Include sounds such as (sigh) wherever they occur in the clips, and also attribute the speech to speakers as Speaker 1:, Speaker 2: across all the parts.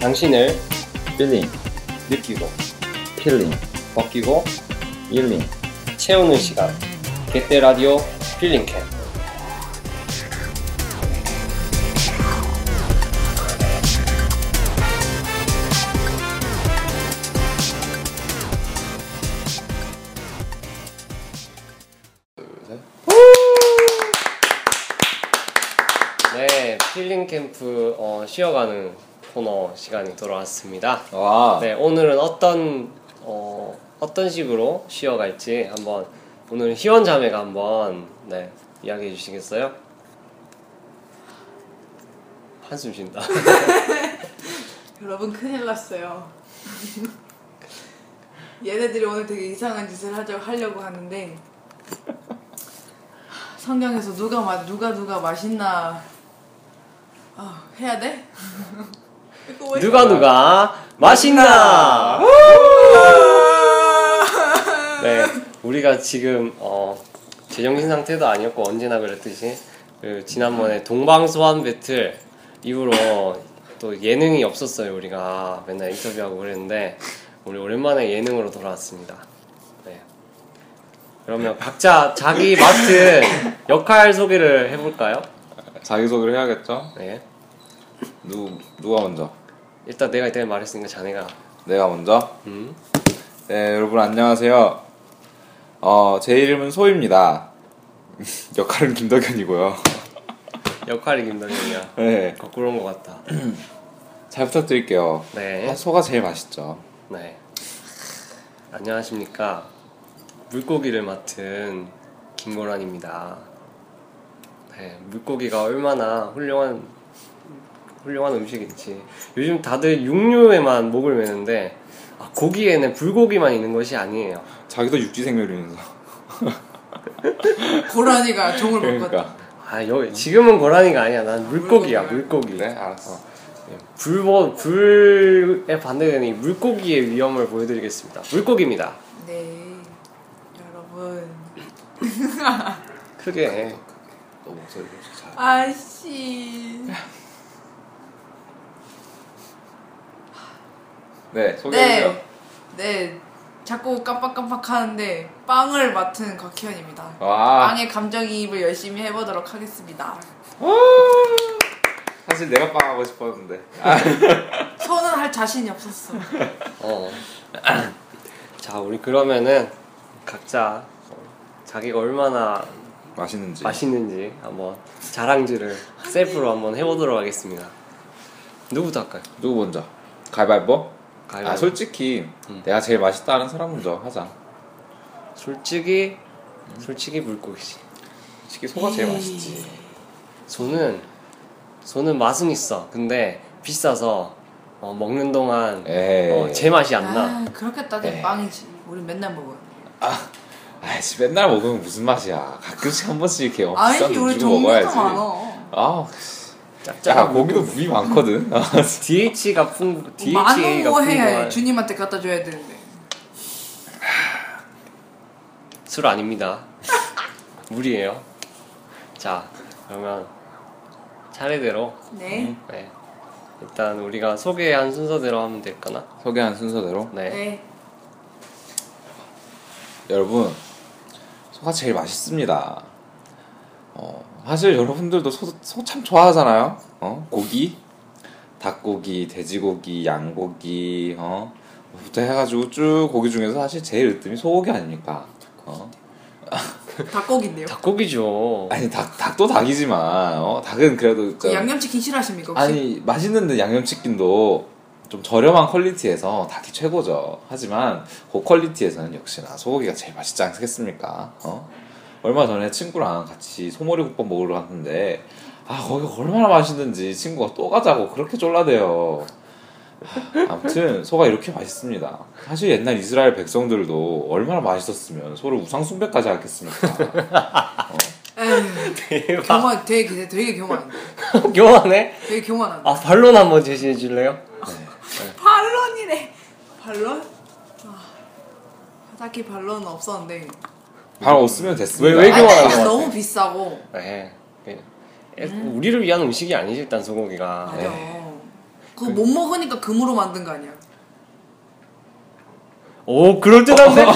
Speaker 1: 당신을
Speaker 2: 필링,
Speaker 1: 느끼고
Speaker 2: 필링,
Speaker 1: 벗기고
Speaker 2: 일링.
Speaker 1: 채우는 시간 개떼 라디오 필링캠 네, 필링 캠프 어, 쉬어가는 코너 시간이 돌아왔습니다.
Speaker 2: 와,
Speaker 1: 네, 오늘은 어떤 어, 어떤 식으로 쉬어갈지 한번 오늘 희원 자매가 한번 네, 이야기해 주시겠어요? 한숨 쉰다.
Speaker 3: 여러분 큰일 났어요. 얘네들이 오늘 되게 이상한 짓을 하자 하려고 하는데 성경에서 누가 마, 누가 누가 맛있나 아, 해야 돼? 이거 왜-
Speaker 1: 누가 누가 뭐 맛있나? 네, 우리가 지금 어, 제정신 상태도 아니었고 언제나 그랬듯이 그 지난번에 동방소환 배틀 이후로 또 예능이 없었어요 우리가 맨날 인터뷰하고 그랬는데 우리 오랜만에 예능으로 돌아왔습니다. 네. 그러면 각자 자기 맡은 역할 소개를 해볼까요?
Speaker 2: 자기소개를 해야겠죠?
Speaker 1: 네.
Speaker 2: 누, 누가 먼저?
Speaker 1: 일단 내가 이때 말했으니까 자네가
Speaker 2: 내가 먼저?
Speaker 1: 음.
Speaker 2: 네, 여러분 안녕하세요. 어, 제 이름은 소입니다. (laughs) 역할은 김덕현이고요.
Speaker 1: 역할이 김덕현이야.
Speaker 2: 네,
Speaker 1: 거꾸로 온 것 같다.
Speaker 2: 잘 부탁드릴게요. 아,
Speaker 1: 네.
Speaker 2: 소가 제일 맛있죠.
Speaker 1: 네. 안녕하십니까. 물고기를 맡은 김고란입니다. 네, 물고기가 얼마나 훌륭한 훌륭한 음식인지 요즘 다들 육류에만 목을 매는데 아, 고기에는 불고기만 있는 것이 아니에요.
Speaker 2: 자기도 육지생멸이면서.
Speaker 3: (laughs) 고라니가 종을
Speaker 2: (laughs)
Speaker 3: 먹거든.
Speaker 2: 그러니까.
Speaker 1: 아 여기 지금은 고라니가 아니야. 난 물고기야 물고기.
Speaker 2: 네, 알았어.
Speaker 1: 불보 불에 반대되는 이 물고기의 위험을 보여드리겠습니다. 물고기입니다.
Speaker 3: 네 여러분
Speaker 1: 크게
Speaker 2: 너 목소리 좀 잘.
Speaker 3: 아씨
Speaker 2: 네, 소개해주세요.
Speaker 3: 네 네. 자꾸 깜빡깜빡 하는데 빵을 맡은 곽희연입니다.
Speaker 2: 아, 와,
Speaker 3: 빵의 감정이입을 열심히 해보도록 하겠습니다.
Speaker 2: 사실 내가 빵 하고 싶었는데. 아,
Speaker 3: 손은 할 자신이 없었어.
Speaker 1: 어. (clears throat) 자, 우리 그러면은 각자 어, 자기가 얼마나
Speaker 3: 네.
Speaker 2: 맛있는지.
Speaker 1: 맛있는지 한번 자랑질을 셀프로 한번 해보도록 하겠습니다. 누구부터 할까요?
Speaker 2: 누구 먼저? 가위바위보?
Speaker 1: 가위바위보.
Speaker 2: 아 솔직히 내가 제일 맛있다는 사람 먼저 하자.
Speaker 1: 솔직히
Speaker 3: 음.
Speaker 1: 솔직히 물고기지.
Speaker 2: 솔직히 소가 제일 맛있지.
Speaker 1: 소는 소는 맛은 있어. 근데 비싸서 어, 먹는 동안
Speaker 2: 에이.
Speaker 1: 어, 제 맛이 안 나.
Speaker 3: 네. 아, 그렇게 따지면
Speaker 2: 네.
Speaker 3: 빵이지. 우리 맨날 먹어요.
Speaker 2: 아이씨 맨날 먹으면 무슨 맛이야. 가끔씩 한 번씩 이렇게 어, 비싼
Speaker 3: 아니지,
Speaker 2: 돈
Speaker 3: 우리
Speaker 2: 주고
Speaker 3: 종류도
Speaker 2: 먹어야지.
Speaker 3: 많아. 뭐
Speaker 2: 아, 야 뭐.
Speaker 1: 짭짤한
Speaker 2: 고기도 물이 많거든.
Speaker 1: DH가 풍부 DHA가
Speaker 3: 만원 해야 해.
Speaker 1: 풍부한
Speaker 3: 주님한테 갖다 줘야 되는데.
Speaker 1: 술 아닙니다. (laughs) 물이에요. 자, 그러면 차례대로
Speaker 3: 네.
Speaker 2: 음,
Speaker 1: 네. 일단 우리가 소개한 순서대로 하면 될까나?
Speaker 2: (laughs) 소개한 순서대로
Speaker 1: 네.
Speaker 3: 네.
Speaker 2: 여러분 소가 제일 맛있습니다. 어, 사실 여러분들도 소 참 좋아하잖아요. 어? 고기, 닭고기, 돼지고기, 양고기, 어? 부터 해가지고 쭉 고기 중에서 사실 제일 으뜸이 소고기 아닙니까? 어? 네.
Speaker 3: 닭고기인데요.
Speaker 1: 닭고기죠. (laughs)
Speaker 2: 아니 닭 닭도 닭이지만 어? 닭은 그래도
Speaker 3: 그
Speaker 2: 좀-
Speaker 3: 양념치킨 싫어하십니까? 그 혹시?
Speaker 2: 아니 맛있는데 양념치킨도 좀 저렴한 퀄리티에서 닭이 최고죠. 하지만 그 고퀄리티에서는 역시나 소고기가 제일 맛있지 않겠습니까? 어? 얼마 전에 친구랑 같이 소머리국밥 먹으러 갔는데 아 거기가 얼마나 맛있는지 친구가 또 가자고 그렇게 졸라대요. 하, 아무튼 소가 이렇게 맛있습니다. 사실 옛날 이스라엘 백성들도 얼마나 맛있었으면 소를 우상숭배까지 하겠습니까?
Speaker 3: 에휴,
Speaker 2: (laughs)
Speaker 1: 대박.
Speaker 3: 교만, 네. 되게, 되게 교만한데.
Speaker 1: 교환해?
Speaker 3: 되게 교만한데.
Speaker 1: 아, 반론 한번 제시해 줄래요?
Speaker 2: 네.
Speaker 3: 반론이래. 반론? 아, 딱히 반론은 없었는데.
Speaker 2: 바로 없으면 됐습니다.
Speaker 1: 왜- 왜
Speaker 3: 아니,
Speaker 1: 교만한 것 같아.
Speaker 3: 너무 비싸고.
Speaker 2: 음.
Speaker 1: 네. 네. 우리를 위한 음식이 아니지 일단 소고기가.
Speaker 3: 맞아.
Speaker 1: 네.
Speaker 3: 그거 못 먹으니까 금으로 만든 거 아니야?
Speaker 1: 오 그럴 듯
Speaker 2: (laughs)
Speaker 1: 한데? 야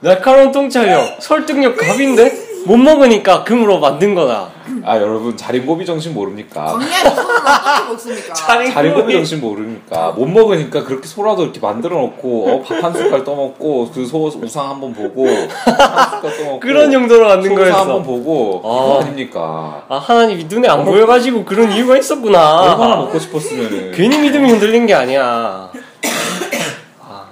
Speaker 1: 날카로운 통찰력 설득력 갑인데? 못 먹으니까 금으로 만든 거다
Speaker 2: 아 여러분 자린고비 정신
Speaker 1: 아.
Speaker 2: 모릅니까?
Speaker 3: 광야에서 손을 어떻게
Speaker 1: (laughs)
Speaker 3: 먹습니까?
Speaker 2: 자린고비 정신 모릅니까? 못 먹으니까 그렇게 소라도 이렇게 만들어 놓고 어, 밥 한 숟갈 떠먹고 그 소 우상 한번 보고 한 숟갈 떠먹고
Speaker 1: 그런 용도로 만든
Speaker 2: 소우상 한번
Speaker 1: 거였어
Speaker 2: 보고
Speaker 1: 아.
Speaker 2: 그거 아닙니까?
Speaker 1: 아 하나님이 눈에 안 보여가지고 그런 이유가
Speaker 2: 얼마나
Speaker 1: 있었구나
Speaker 2: 먹고
Speaker 1: 아.
Speaker 2: 싶었으면은
Speaker 1: 괜히 믿음이 흔들린 게
Speaker 2: (laughs)
Speaker 1: 아니야 아,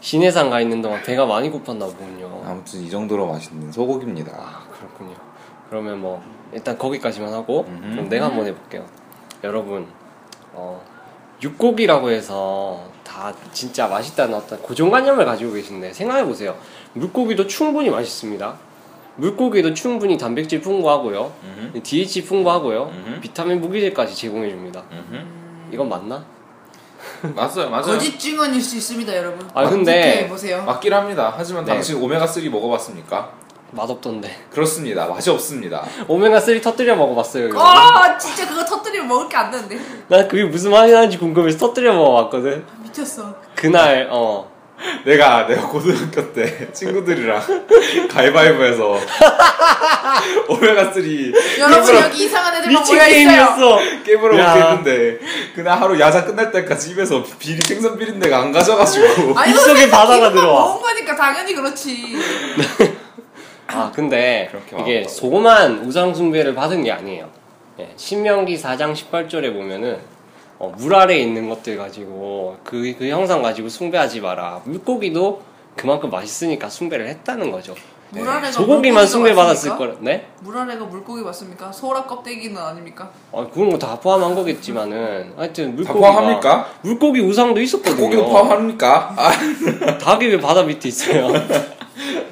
Speaker 1: 신해산 가 있는 동안 배가 많이 고팠나 보군요
Speaker 2: 아무튼 이 정도로 맛있는 소고기입니다.
Speaker 1: 아 그렇군요 그러면 뭐 일단 거기까지만 하고
Speaker 2: 음흠.
Speaker 1: 그럼 내가 한번 해볼게요 여러분 어, 육고기라고 해서 다 진짜 맛있다는 어떤 고정관념을 가지고 계신데 생각해보세요 물고기도 충분히 맛있습니다 물고기도 충분히 단백질 풍부하고요
Speaker 2: 음흠.
Speaker 1: DH E 풍부하고요
Speaker 2: 음흠.
Speaker 1: 비타민 무기질까지 제공해줍니다 이건 맞나?
Speaker 2: 음. 맞아요, 맞아요.
Speaker 3: 거짓 증언일 수 있습니다, 여러분.
Speaker 1: 아, 근데-
Speaker 3: 어떻게 보세요.
Speaker 2: 맞긴 합니다. 하지만
Speaker 1: 네.
Speaker 2: 당신 오메가3 먹어봤습니까?
Speaker 1: 맛없던데 (laughs)
Speaker 2: 그렇습니다. 맛이 없습니다.
Speaker 1: 오메가3 터뜨려 먹어봤어요 이거.
Speaker 3: 아, 진짜 그거 터뜨리면 먹을 게 안 되는데. 아,
Speaker 1: 난 그게 무슨 맛이 나는지 궁금해서 터뜨려 먹어봤거든
Speaker 3: 미쳤어.
Speaker 1: 그날 어
Speaker 2: 내가 내가 고등학교 때 친구들이랑 (laughs)
Speaker 1: (laughs)
Speaker 2: 가위바위보해서 오메가3
Speaker 3: 여러분 여기 이상한 애들만
Speaker 1: 미친
Speaker 3: 모여 있어요.
Speaker 1: 게임이었어
Speaker 3: (laughs)
Speaker 2: 깨물어
Speaker 1: 야.
Speaker 2: 먹게 했는데 그날 하루 야자 끝날 때까지 집에서 비리 생선 비린내가 안 (laughs) 가져가지고
Speaker 1: 입속에
Speaker 3: 아니, 선생님,
Speaker 1: 바다가
Speaker 3: 기름만
Speaker 1: 들어와.
Speaker 3: 먹은 거니까 당연히 그렇지.
Speaker 1: 아 근데
Speaker 2: 그렇게
Speaker 1: 이게
Speaker 2: 마음먹었다고.
Speaker 1: 소만 우상 숭배를 받은 게 아니에요. 예, 신명기 4장 18절에 보면은 어, 물 아래 있는 것들 가지고 그, 그 형상 가지고 숭배하지 마라. 물고기도 그만큼 맛있으니까 숭배를 했다는 거죠.
Speaker 3: 물 아래가
Speaker 1: 네. 소고기만
Speaker 3: 물고기가
Speaker 1: 숭배 받았을
Speaker 3: 맞습니까?
Speaker 1: 거라. 네?
Speaker 3: 물 아래가 물고기 맞습니까? 소라 껍데기는 아닙니까?
Speaker 1: 어, 그런 거 다 포함한 거겠지만은 하여튼
Speaker 2: 다
Speaker 1: 물고기
Speaker 2: 포함합니까?
Speaker 1: 물고기 우상도 있었거든요.
Speaker 2: 고기도 포함합니까? 아,
Speaker 1: 닭이 왜 바다 밑에 있어요? (laughs)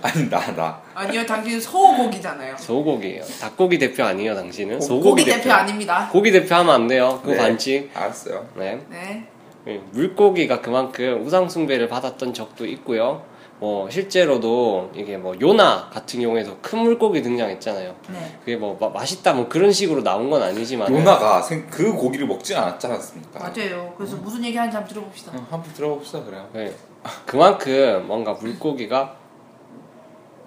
Speaker 2: 아니 나나
Speaker 3: 아니요, 당신은 소고기잖아요.
Speaker 1: 소고기예요. 닭고기 대표 아니에요, 당신은?
Speaker 2: 어, 고-
Speaker 1: 소고기
Speaker 3: 고기
Speaker 1: 대표.
Speaker 3: 대표, 아닙니다.
Speaker 1: 고기 대표 하면 안 돼요. 그거
Speaker 2: 네.
Speaker 1: 반칙.
Speaker 2: 알았어요.
Speaker 1: 네.
Speaker 3: 네.
Speaker 1: 예, 물고기가 그만큼 우상숭배를 받았던 적도 있고요. 뭐 실제로도 이게 뭐 요나 같은 경우에도 큰 물고기 등장했잖아요.
Speaker 3: 네.
Speaker 1: 그게 뭐 마- 맛있다 뭐 그런 식으로 나온 건 아니지만
Speaker 2: 요나가 생- 그 고기를 먹지 않았지 않았습니까?
Speaker 3: 맞아요. 그래서 무슨 얘기 하는지 한번 들어봅시다.
Speaker 2: 응, 한번 들어봅시다 그래요.
Speaker 1: 예, 그만큼 뭔가 물고기가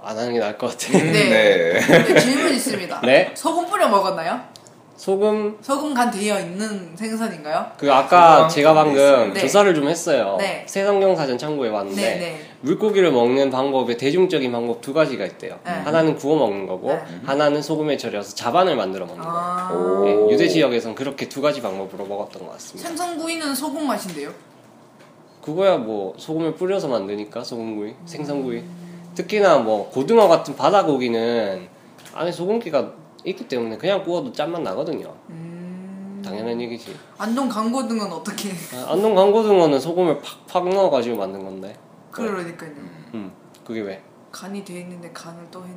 Speaker 1: 안 하는 게 나을 것 같아요.
Speaker 2: 음,
Speaker 3: 네.
Speaker 2: 네.
Speaker 3: 근데 질문 있습니다.
Speaker 1: 네.
Speaker 3: 소금 뿌려 먹었나요?
Speaker 1: (laughs) 소금
Speaker 3: 소금 간 되어 있는 생선인가요?
Speaker 1: 그 아까
Speaker 2: 소금
Speaker 1: 제가 방금
Speaker 2: 네.
Speaker 1: 조사를 좀 했어요.
Speaker 3: 네.
Speaker 1: 새성경 사전 참고해 봤는데
Speaker 3: 네, 네.
Speaker 1: 물고기를 먹는 방법에 대중적인 방법 두 가지가 있대요.
Speaker 3: 네.
Speaker 1: 하나는 구워 먹는 거고
Speaker 3: 네.
Speaker 1: 하나는 소금에 절여서 자반을 만들어 먹는 거예요.
Speaker 3: 아.
Speaker 2: 오.
Speaker 1: 예, 유대 지역에선 그렇게 두 가지 방법으로 먹었던 것 같습니다.
Speaker 3: 생선구이는 소금 맛인데요.
Speaker 1: 그거야 뭐 소금을 뿌려서 만드니까 소금구이, 생선구이. 특히나 뭐 고등어 같은 바다 고기는 안에 소금기가 있기 때문에 그냥 구워도 짠맛 나거든요. 당연한 얘기지.
Speaker 3: 안동 강고등은 어떻게? (laughs)
Speaker 1: 아, 안동 강고등어는 소금을 팍팍 넣어가지고 만든 건데.
Speaker 3: 그러니까요.
Speaker 1: 음, 그게 왜?
Speaker 3: 간이 돼 있는데 간을 또 했네.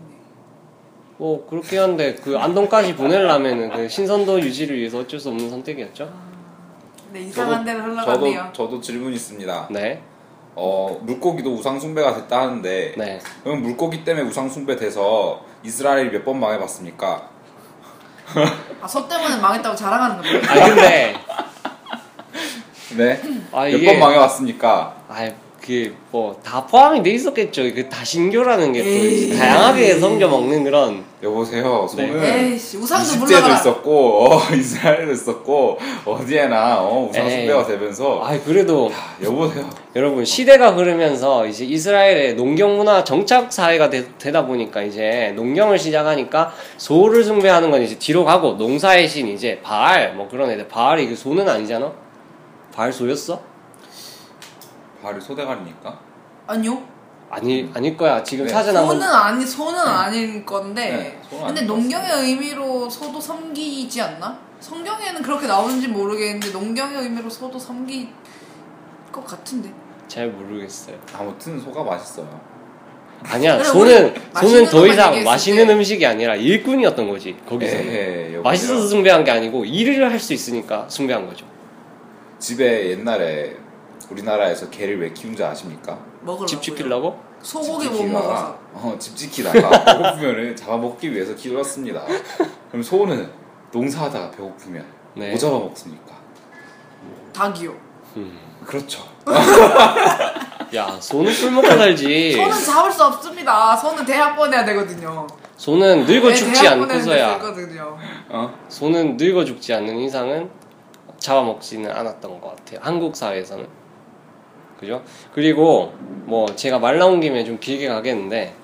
Speaker 1: 뭐 그렇긴 한데 그 안동까지 보내려면은 그 신선도 유지를 위해서 어쩔 수 없는 선택이었죠.
Speaker 3: 근데 네, 이상한 데로
Speaker 2: 저도
Speaker 3: 흘러갔네요.
Speaker 2: 저도 질문 있습니다.
Speaker 1: 네,
Speaker 2: 어 물고기도 우상 숭배가 됐다 하는데
Speaker 1: 네.
Speaker 2: 그럼 물고기 때문에 우상 숭배돼서 이스라엘이 몇 번 망해봤습니까?
Speaker 3: 아, 소 때문에 망했다고 자랑하는 거예요?
Speaker 1: 아 근데
Speaker 2: 네.
Speaker 1: 아
Speaker 2: 몇
Speaker 1: 이게
Speaker 2: 번 망해봤습니까?
Speaker 1: 아, 그게 뭐 다 포함이 돼 있었겠죠. 그 다신교라는 게 또
Speaker 3: 에이.
Speaker 1: 다양하게 성겨 먹는 그런
Speaker 2: 여보세요.
Speaker 1: 네.
Speaker 2: 손은
Speaker 3: 에이씨, 우상도
Speaker 2: 20대도
Speaker 3: 물러가라.
Speaker 2: 있었고 어, (laughs) 이스라엘도 있었고 어디에나 어, 우상
Speaker 1: 에이.
Speaker 2: 숭배가 되면서
Speaker 1: 아, 그래도
Speaker 2: 아, 여보세요.
Speaker 1: 여러분 시대가 흐르면서 이제 이스라엘의 농경 문화 정착 사회가 되, 다 보니까 이제 농경을 시작하니까 소를 숭배하는 건 이제 뒤로 가고 농사의 신 이제 바알 뭐 그런 애들 바알이 그 소는 아니잖아. 바알 소였어?
Speaker 2: 발을 소대가리니까.
Speaker 3: 아니요.
Speaker 1: 아니 아닐 거야. 지금
Speaker 2: 네.
Speaker 1: 사진 한번
Speaker 3: 소는 아니 소는
Speaker 1: 네.
Speaker 3: 아닌 건데.
Speaker 2: 네, 소는
Speaker 3: 근데
Speaker 2: 아닌 것
Speaker 3: 농경의 의미로 소도 섬기지 않나? 성경에는 그렇게 나오는지 모르겠는데 농경의 의미로 소도 섬기 것 같은데.
Speaker 1: 잘 모르겠어요.
Speaker 2: 아무튼 소가 맛있어요.
Speaker 1: 아니야.
Speaker 3: 그래,
Speaker 1: 소는
Speaker 3: 우리
Speaker 1: 소는 더
Speaker 3: 맛있는
Speaker 1: 이상
Speaker 3: 음식
Speaker 1: 맛있는
Speaker 3: 얘기했을 때-
Speaker 1: 음식이 아니라 일꾼이었던 거지. 거기서는.
Speaker 2: 에헤, 예, 여보세요.
Speaker 1: 맛있어서 숭배한 게 아니고 일을 할 수 있으니까 숭배한 거죠.
Speaker 2: 집에 옛날에 우리나라에서 개를 왜 키운지 아십니까?
Speaker 3: 먹으려고.
Speaker 1: 집 지키려고?
Speaker 3: 소고기 못
Speaker 2: 지키다가,
Speaker 3: 먹어서.
Speaker 2: 어, 집 지키다가 배고프면은 잡아먹기 위해서 길렀습니다. 그럼 소는 농사하다가 배고프면
Speaker 1: 네.
Speaker 2: 뭐 잡아먹습니까?
Speaker 3: 닭이요.
Speaker 2: 그렇죠.
Speaker 1: 야, 소는 술 먹고 살지.
Speaker 3: 저는 잡을 수 없습니다. 저는 대학 보내야 되거든요.
Speaker 1: 소는 늙어
Speaker 3: 네,
Speaker 1: 죽지
Speaker 3: 대학 보내는
Speaker 1: 않고서야.
Speaker 3: 데서 있거든요.
Speaker 2: 어?
Speaker 1: 소는 늙어 죽지 않는 이상은 잡아먹지는 않았던 것 같아요. 한국 사회에서는. 그죠? 그리고 뭐 제가 말 나온 김에 좀 길게 가겠는데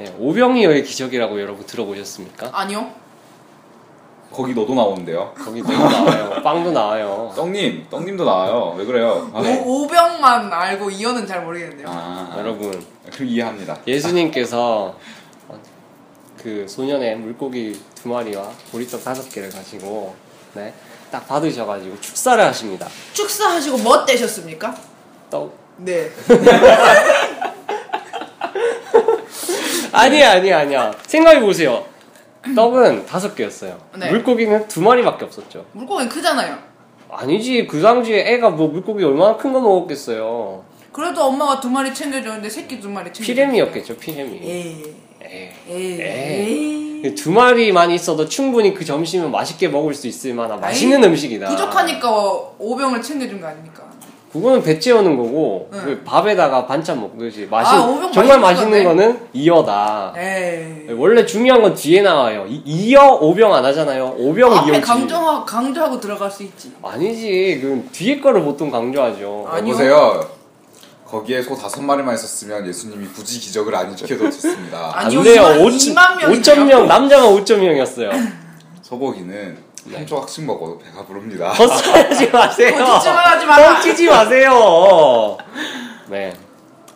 Speaker 1: 예, 오병이어의 기적이라고 여러분 들어보셨습니까?
Speaker 3: 아니요.
Speaker 2: 거기 너도 나오는데요.
Speaker 1: 거기 너무 나와요. 빵도 나와요.
Speaker 2: 떡님, 떡님도 나와요. 왜 그래요? 아,
Speaker 1: 네.
Speaker 3: 오, 오병만 알고 이어는 잘 모르겠네요.
Speaker 2: 아,
Speaker 1: 여러분
Speaker 2: 그럼 이해합니다.
Speaker 1: 예수님께서 어, 그 소년의 물고기 두 마리와 보리떡 다섯 개를 가지고 네, 딱 받으셔가지고 축사를 하십니다.
Speaker 3: 축사하시고 뭐 떼셨습니까?
Speaker 1: 떡
Speaker 3: 네. 네.
Speaker 1: 아니야 아니야 아니야 생각해 보세요. 떡은 다섯 개였어요.
Speaker 3: 네.
Speaker 1: 물고기는 두 마리밖에 없었죠.
Speaker 3: 물고기 크잖아요.
Speaker 1: 아니지 그 당시에 애가 뭐 물고기 얼마나 큰 거 먹었겠어요.
Speaker 3: 그래도 엄마가 두 마리 챙겨줬는데 새끼 두 마리 예, 챙겨.
Speaker 1: 피렘이었겠죠 피렘이.
Speaker 3: 에이.
Speaker 1: 에이.
Speaker 3: 에이.
Speaker 1: 에이.
Speaker 3: 에이.
Speaker 1: 그 두 마리만 있어도 충분히 그 점심은 맛있게 먹을 수 있을 만한 맛있는
Speaker 3: 아이,
Speaker 1: 음식이다.
Speaker 3: 부족하니까 오병을 챙겨준 거 아닙니까?
Speaker 1: 그거는 배 채우는 거고
Speaker 3: 네.
Speaker 1: 그 밥에다가 반찬 먹듯이 맛이
Speaker 3: 아, 오병
Speaker 1: 정말
Speaker 3: 맛있는
Speaker 1: 맛있는 거는 이어다.
Speaker 3: 에이.
Speaker 1: 원래 중요한 건 뒤에 나와요. 이, 이어 오병 안 하잖아요. 오병
Speaker 3: 앞에
Speaker 1: 이어지.
Speaker 3: 강조하고, 강조하고 들어갈 수 있지.
Speaker 1: 아니지. 그 뒤에 거를 보통 강조하죠.
Speaker 3: 아니요.
Speaker 2: 보세요. 거기에 소 다섯 마리만 있었으면 예수님이 굳이 기적을 안 일으켜도 됐습니다.
Speaker 3: (laughs) 아니요,
Speaker 1: 안 돼요.
Speaker 3: 이만-
Speaker 1: 5,
Speaker 3: 이만 명이네요.
Speaker 1: 5.0 남자만
Speaker 3: (laughs)
Speaker 1: 5.0이었어요.
Speaker 2: 소고기는
Speaker 1: 네.
Speaker 2: 한 조각씩 먹어도 배가 부릅니다.
Speaker 3: 아,
Speaker 1: 거짓말하지 마세요.
Speaker 3: 거짓말 하지 마라.
Speaker 1: 뻥치지 마세요. 네.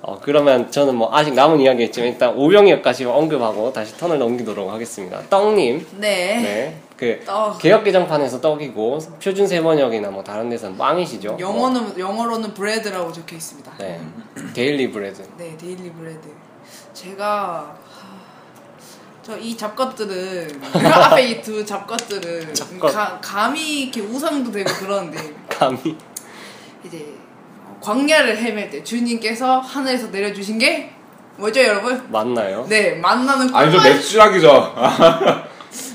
Speaker 1: 어, 그러면 저는 뭐 아직 남은 이야기 있지만 일단 오병이어까지 언급하고 다시 턴을 넘기도록 하겠습니다. 떡님.
Speaker 3: 네. 어.
Speaker 1: 네. 그
Speaker 3: 떡.
Speaker 1: 개혁개정판에서 떡이고 표준 세번역이나 뭐 다른 데서는 빵이시죠. 어,
Speaker 3: 영어는, 영어로는 브레드라고 적혀 있습니다. 네.
Speaker 1: 네. 데일리 브레드.
Speaker 3: 데일리 브레드. 제가. 저 이 잡것들은 그 앞에 이 두
Speaker 1: (laughs)
Speaker 3: 잡것들은
Speaker 1: 잡것.
Speaker 3: 가- 감히 이렇게 우상도 되고 그러는데
Speaker 1: 감히
Speaker 3: 이제 광야를 헤맬 때 주님께서 하늘에서 내려주신 게 뭐죠 여러분?
Speaker 1: 맞나요?
Speaker 3: 네 만나는
Speaker 2: (laughs)
Speaker 3: 네,
Speaker 2: 아니죠
Speaker 3: 꼬마-
Speaker 2: (laughs) 맵추라기죠.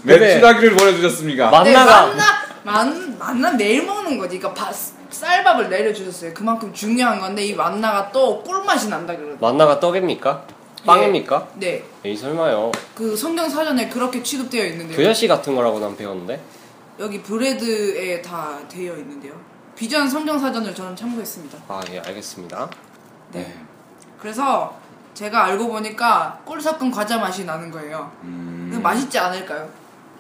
Speaker 2: 맵추라기를 보내주셨습니까?
Speaker 1: 맞-
Speaker 3: 네,
Speaker 1: 만나가-
Speaker 3: 만나 만 만나 매일 먹는 거지. 그러니까 밥- 쌀밥을 내려주셨어요. 그만큼 중요한 건데 이 만나가 또 꿀맛이 난다 그러더라고요.
Speaker 1: 만나가 떡입니까?
Speaker 3: 예.
Speaker 1: 빵입니까?
Speaker 3: 네,
Speaker 1: 에이 설마요.
Speaker 3: 그 성경 사전에 그렇게 취급되어 있는데요.
Speaker 1: 교자씨 같은 거라고 난 배웠는데.
Speaker 3: 여기 브레드에 다 되어 있는데요. 비전 성경 사전을 저는 참고했습니다.
Speaker 1: 아 예 알겠습니다.
Speaker 2: 네.
Speaker 3: 그래서 제가 알고 보니까 꿀 섞은 과자 맛이 나는 거예요.
Speaker 2: 음, (laughs)
Speaker 3: 그거 맛있지 않을까요?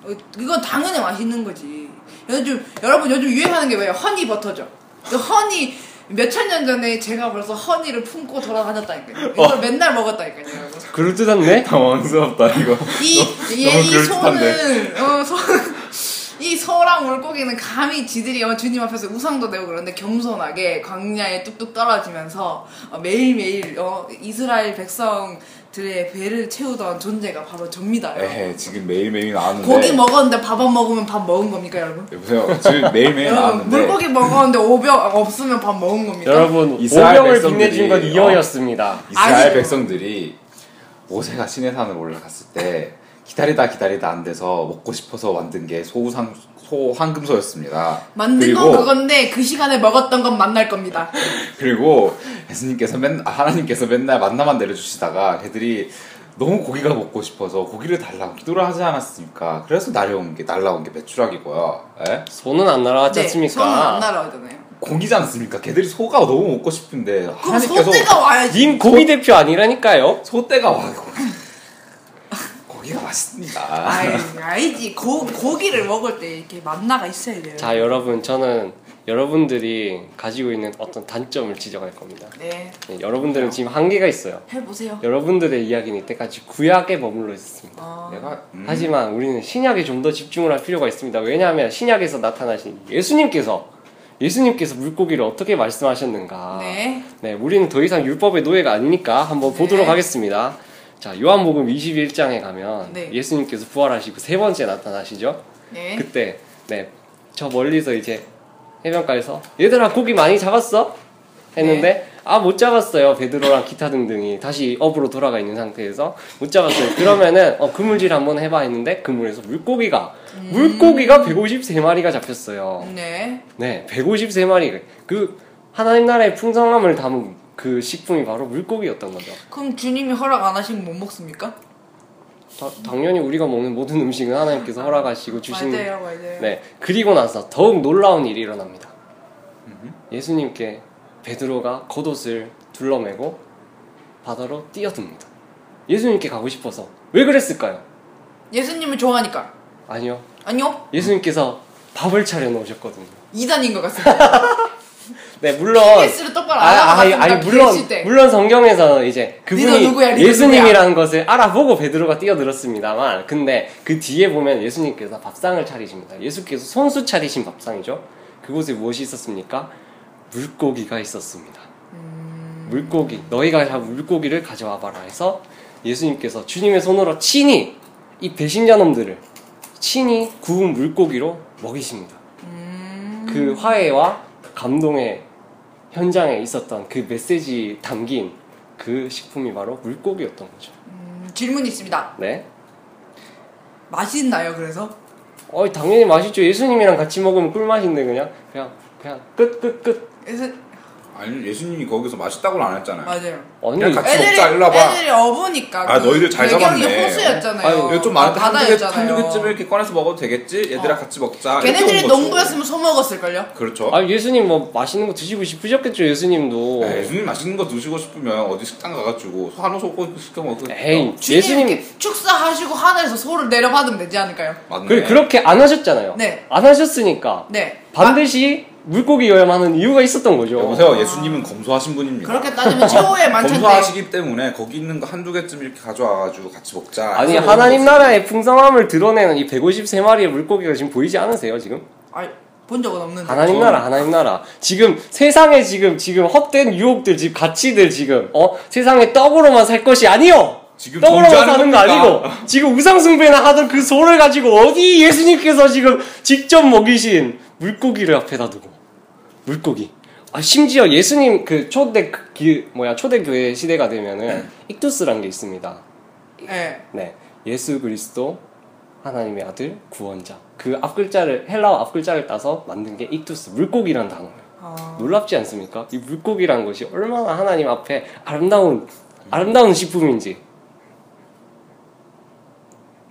Speaker 3: 어, 그건 당연히 맛있는 거지. 요즘 여러분 요즘 유행하는 게 왜요? 허니 버터죠. 그 허니 몇 천 년 전에 제가 벌써 허니를 품고 돌아다녔다니까요.
Speaker 2: 어.
Speaker 3: 이걸 맨날 먹었다니까요. 여러분.
Speaker 1: 그럴듯한데?
Speaker 3: 네.
Speaker 2: 당황스럽다
Speaker 3: (laughs)
Speaker 2: 이거.
Speaker 3: 이, 얘,
Speaker 2: 너무
Speaker 3: 이
Speaker 2: 그럴듯한데.
Speaker 3: 소는 어, 소, 이 소랑 물고기는 감히 지들이 어, 주님 앞에서 우상도 되고 그런데 겸손하게 광야에 뚝뚝 떨어지면서 어, 매일매일 어, 이스라엘 백성들의 배를 채우던 존재가 바로 접니다. 여러분.
Speaker 2: 에헤 지금 매일매일 나왔는데.
Speaker 3: 고기
Speaker 1: 네.
Speaker 3: 먹었는데 밥 안 먹으면 밥 먹은 겁니까 여러분?
Speaker 2: 여보세요. 지금
Speaker 1: 네,
Speaker 2: 매일매일
Speaker 1: 아,
Speaker 3: 여러분
Speaker 2: 나왔는데.
Speaker 3: 어, 물고기 먹었는데 오병 없으면 밥 먹은 겁니까?
Speaker 1: 여러분
Speaker 2: 이스라엘
Speaker 1: 오병을
Speaker 2: 백성들이-
Speaker 1: 빛내준 건 이어였습니다.
Speaker 2: 이스라엘
Speaker 3: 아니.
Speaker 2: 백성들이 모세가 신의 산을 올라갔을 때 기다리다 기다리다 안 돼서 먹고 싶어서 만든 게 소우상 소 황금소였습니다.
Speaker 3: 만든
Speaker 2: 그리고,
Speaker 3: 건 그건데 그 시간에 먹었던 건 만날 겁니다.
Speaker 2: 그리고 예수님께서 맨 아, 하나님께서 맨날 만나만 내려주시다가 걔들이 너무 고기가 먹고 싶어서 고기를 달라고 기도를 하지 않았습니까? 그래서 날아온 게 날아온 게 배추락이고요. 예?
Speaker 1: 손은 안 날아갔지 않습니까?
Speaker 3: 네, 손은 안 날아오잖아요.
Speaker 2: 고기지 않습니까? 걔들이 소가 너무 먹고 싶은데
Speaker 3: 그럼
Speaker 2: 하나님께서
Speaker 3: 소떼가 와야지.
Speaker 1: 님 고기 대표 아니라니까요.
Speaker 2: 소떼가 와 고기. 고기가 맛있습니다.
Speaker 3: 아이, 알지. 고, 고기를 먹을 때 이렇게 만나가 있어야 돼요.
Speaker 1: 자 여러분 저는 여러분들이 가지고 있는 어떤 단점을 지적할 겁니다.
Speaker 3: 네,
Speaker 1: 네, 여러분들은 지금 한계가 있어요.
Speaker 3: 해보세요.
Speaker 1: 여러분들의 이야기는 이때까지 구약에 머물러 있었습니다.
Speaker 3: 어,
Speaker 2: 내가 음,
Speaker 1: 하지만 우리는 신약에 좀 더 집중을 할 필요가 있습니다. 왜냐하면 신약에서 나타나신 예수님께서 예수님께서 물고기를 어떻게 말씀하셨는가.
Speaker 3: 네.
Speaker 1: 네, 우리는 더 이상 율법의 노예가 아니니까 한번
Speaker 3: 네.
Speaker 1: 보도록 하겠습니다. 자, 요한복음 21장에 가면
Speaker 3: 네.
Speaker 1: 예수님께서 부활하시고 세 번째 나타나시죠.
Speaker 3: 네.
Speaker 1: 그때 네,
Speaker 3: 네.
Speaker 1: 저 멀리서 이제 해변가에서 얘들아 고기 많이 잡았어? 했는데 아 못 잡았어요 베드로랑 기타 등등이 다시 업으로 돌아가 있는 상태에서 못 잡았어요 그러면은 어, 그물질 한번 해봐 했는데 그물에서 물고기가
Speaker 3: 음.
Speaker 1: 물고기가 153마리가 잡혔어요
Speaker 3: 네.
Speaker 1: 네 153마리 그 하나님 나라의 풍성함을 담은 그 식품이 바로 물고기였던 거죠
Speaker 3: 그럼 주님이 허락 안 하시면 못 먹습니까?
Speaker 1: 다- 당연히 우리가 먹는 모든 음식은 하나님께서 허락하시고 주신
Speaker 3: 맞아요, 맞아요.
Speaker 1: 네 그리고 나서 더욱 놀라운 일이 일어납니다. 예수님께 베드로가 겉옷을 둘러매고 바다로 뛰어듭니다. 예수님께 가고 싶어서 왜 그랬을까요?
Speaker 3: 예수님을 좋아하니까.
Speaker 1: 아니요,
Speaker 3: 아니요,
Speaker 1: 예수님께서 밥을 차려 놓으셨거든요.
Speaker 3: 이단인 것 같습니다.
Speaker 1: (laughs) 네 물론
Speaker 3: PS를 똑바로 안 하고
Speaker 1: 아니,
Speaker 3: 갔습니다.
Speaker 1: 아니, 물론
Speaker 3: 그랬을 때.
Speaker 1: 물론 성경에서 이제 그분이
Speaker 3: 리더 누구야, 리더
Speaker 1: 예수님이라는 것을 알아보고 베드로가 뛰어들었습니다만 근데 그 뒤에 보면 예수님께서 밥상을 차리십니다. 예수께서 손수 차리신 밥상이죠. 그곳에 무엇이 있었습니까? 물고기가 있었습니다.
Speaker 3: 음.
Speaker 1: 물고기 너희가 잡은 물고기를 가져와 봐라 해서 예수님께서 주님의 손으로 친히 이 배신자 놈들을 친히 구운 물고기로 먹이십니다.
Speaker 3: 음.
Speaker 1: 그 화해와 감동의 현장에 있었던 그 메시지 담긴 그 식품이 바로 물고기였던 거죠.
Speaker 3: 음, 질문이 있습니다.
Speaker 1: 네.
Speaker 3: 맛있나요, 그래서?
Speaker 1: 어 당연히 맛있죠. 예수님이랑 같이 먹으면 꿀맛인데 그냥 그냥 그냥 끝 끝 끝.
Speaker 3: 그래서
Speaker 2: 네. 아니 예수님이 거기서 맛있다고는 안 했잖아요.
Speaker 3: 맞아요.
Speaker 1: 아니
Speaker 2: 그냥 같이
Speaker 3: 애들이
Speaker 2: 먹자, 일로 와봐.
Speaker 3: 애들이 어부니까 그
Speaker 2: 아, 너희들 잘
Speaker 3: 배경이
Speaker 2: 잡았네.
Speaker 3: 호수였잖아요.
Speaker 1: 아유,
Speaker 2: 이거 좀 많은데 한두 개,
Speaker 3: 바다였잖아요.
Speaker 2: 한두 개쯤을 이렇게 꺼내서 먹어도 되겠지? 얘들아
Speaker 3: 어.
Speaker 2: 같이 먹자. 이렇게
Speaker 3: 걔네들이
Speaker 2: 온 거죠.
Speaker 3: 농부였으면 소먹었을걸요?
Speaker 2: 그렇죠.
Speaker 1: 아 예수님 뭐 맛있는 거 드시고 싶으셨겠죠 예수님도.
Speaker 2: 야, 아, 예수님 맛있는 거 드시고 싶으면 어디 식당 가가지고 한우 소고기 시켜 먹고.
Speaker 1: 네. 에이
Speaker 3: 주님
Speaker 1: 예수님
Speaker 3: 이렇게 축사하시고 하늘에서 소를 내려받으면 되지 않을까요?
Speaker 2: 맞네.
Speaker 1: 그 그렇게 안 하셨잖아요.
Speaker 3: 네.
Speaker 1: 안 하셨으니까
Speaker 3: 네.
Speaker 1: 반드시 물고기여야 하는 이유가 있었던 거죠.
Speaker 2: 여보세요. 예수님은 검소하신 분입니다.
Speaker 3: 아, 그렇게 따지면 최고의 만찬데
Speaker 2: 검소하시기 때문에 거기 있는 거 한두 개쯤 이렇게 가져와가지고 같이 먹자.
Speaker 1: 아니
Speaker 2: 해서
Speaker 1: 하나님
Speaker 2: 먹었어요.
Speaker 1: 나라의 풍성함을 드러내는 이 153마리의 물고기가 지금 보이지 않으세요 지금?
Speaker 3: 아니, 본 적은 없는데
Speaker 1: 하나님 나라 하나님 나라 지금 세상에 지금 지금 헛된 유혹들 지금 가치들 지금 어 세상에 떡으로만 살 것이 아니요
Speaker 2: 지금
Speaker 1: 떡으로만
Speaker 2: 존재하는
Speaker 1: 사는 거 아니고
Speaker 2: 겁니다.
Speaker 1: 지금 우상 숭배나 하던 그 소를 가지고 어디 예수님께서 지금 직접 먹이신 물고기를 앞에다 두고 물고기 아 심지어 예수님 그 초대 그 기- 뭐야 초대 교회 시대가 되면은 익투스란 게 있습니다
Speaker 3: 예.
Speaker 1: 네, 예수 그리스도 하나님의 아들 구원자. 그 앞글자를 헬라어 앞글자를 따서 만든 게 익투스 물고기라는 단어. 예요
Speaker 3: 아,
Speaker 1: 놀랍지 않습니까? 이 물고기라는 것이 얼마나 하나님 앞에 아름다운 아름다운 식품인지.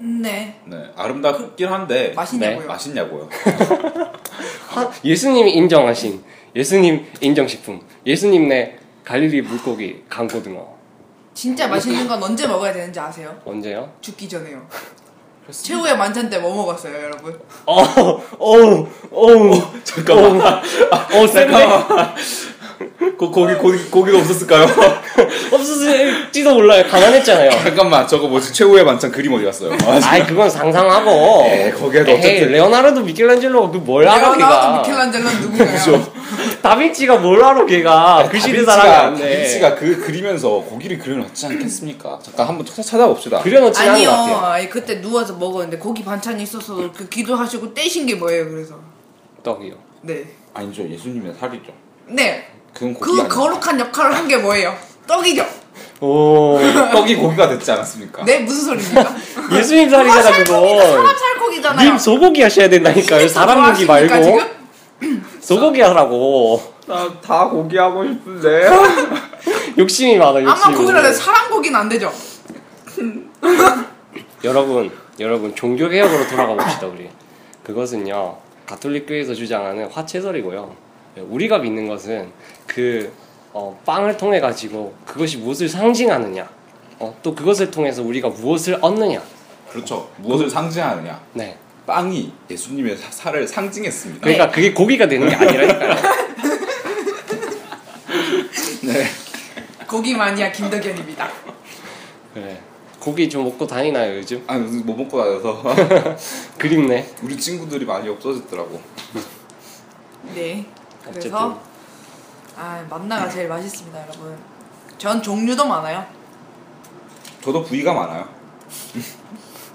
Speaker 3: 네
Speaker 2: 네, 아름답긴 한데
Speaker 3: 맛있냐고요
Speaker 2: 네, 맛있냐고요. (laughs)
Speaker 1: 하- 예수님이 인정하신 예수님 인정 식품. 예수님 내 갈릴리 물고기 강고등어.
Speaker 3: 진짜 맛있는 건 언제 먹어야 되는지 아세요?
Speaker 1: 언제요?
Speaker 3: 죽기 전에요 최후의 만찬 때 뭐 먹었어요 여러분?
Speaker 1: 어, 어, 어,
Speaker 2: 잠깐만.
Speaker 1: 어, 샌데
Speaker 2: 그러니까 (laughs) 거, 거기 고기, 고기가 없었을까요?
Speaker 1: 없었을지도 몰라요. 가난했잖아요.
Speaker 2: 잠깐만 저거 뭐지 최후의 만찬 그림 어디 갔어요? 아,
Speaker 1: 아이 그건 상상하고.
Speaker 2: 예, 거기에도
Speaker 1: 에이,
Speaker 2: 어쨌든-
Speaker 1: 레오나르도 미켈란젤로가 그 뭘 하러
Speaker 3: 레오나르도
Speaker 1: 걔가
Speaker 3: 미켈란젤로는 누군가요?
Speaker 2: 그죠.
Speaker 1: 다빈치가 뭘 하러 걔가 그 시대 사람이
Speaker 2: 다빈치가,
Speaker 1: 안돼
Speaker 2: 다빈치가 아, 그 그리면서 고기를 그려놨지 않겠습니까? 잠깐 한번 찾- 찾아봅시다.
Speaker 1: 그려놓지 않은 것
Speaker 3: 아니요
Speaker 1: 같아요
Speaker 3: 아니, 그때 누워서 먹었는데 고기 반찬이 있어서 그 기도하시고 떼신 게 뭐예요 그래서
Speaker 1: 떡이요
Speaker 3: 네
Speaker 2: 아니죠 예수님의 살이죠.
Speaker 3: 네.
Speaker 2: 그건 고기
Speaker 3: 그
Speaker 2: 아니에요.
Speaker 3: 거룩한 역할을 한 게 뭐예요? 떡이죠.
Speaker 1: 오
Speaker 2: 떡이 고기가 됐지
Speaker 1: 아.
Speaker 2: 않았습니까?
Speaker 3: 네 무슨
Speaker 1: (laughs)
Speaker 3: 소리입니까?
Speaker 1: 예수님 살이잖아
Speaker 3: 살코기가
Speaker 1: 그거
Speaker 3: 사람 살코기잖아요.
Speaker 1: 님 소고기 하셔야 된다니까요
Speaker 3: 이게
Speaker 1: 사람 고기
Speaker 3: 좋아하십니까,
Speaker 1: 말고
Speaker 3: 지금?
Speaker 1: 소고기 하라고 (laughs)
Speaker 2: 나 다 고기 하고 싶은데.
Speaker 1: 욕심이 많아
Speaker 3: 아마
Speaker 1: 욕심이
Speaker 3: 고기를 사람 고기는 안 되죠.
Speaker 1: 여러분 여러분 종교 개혁으로 돌아가 봅시다 우리 그것은요 가톨릭 교회에서 주장하는 화채설이고요 우리가 믿는 것은 그 어, 빵을 통해 가지고 그것이 무엇을 상징하느냐 어, 또 그것을 통해서 우리가 무엇을 얻느냐
Speaker 2: 그렇죠. 무엇을 상징하느냐?
Speaker 1: 네
Speaker 2: 빵이 예수님의 사- 살을 상징했습니다.
Speaker 1: 그러니까 그게 고기가 되는 게
Speaker 2: (laughs)
Speaker 1: 아니라니까요
Speaker 2: 네.
Speaker 3: 고기 마니아 김덕현입니다.
Speaker 1: 그래 네. 고기 좀 먹고 다니나요 요즘
Speaker 2: 아니 무슨 못 먹고 다녀서 (laughs)
Speaker 1: 그립네
Speaker 2: 우리 친구들이 많이 없어졌더라고.
Speaker 3: 네.
Speaker 1: 어쨌든.
Speaker 3: 그래서 아 만나가 제일 맛있습니다, 여러분. 전 종류도 많아요.
Speaker 2: 저도 부위가 많아요.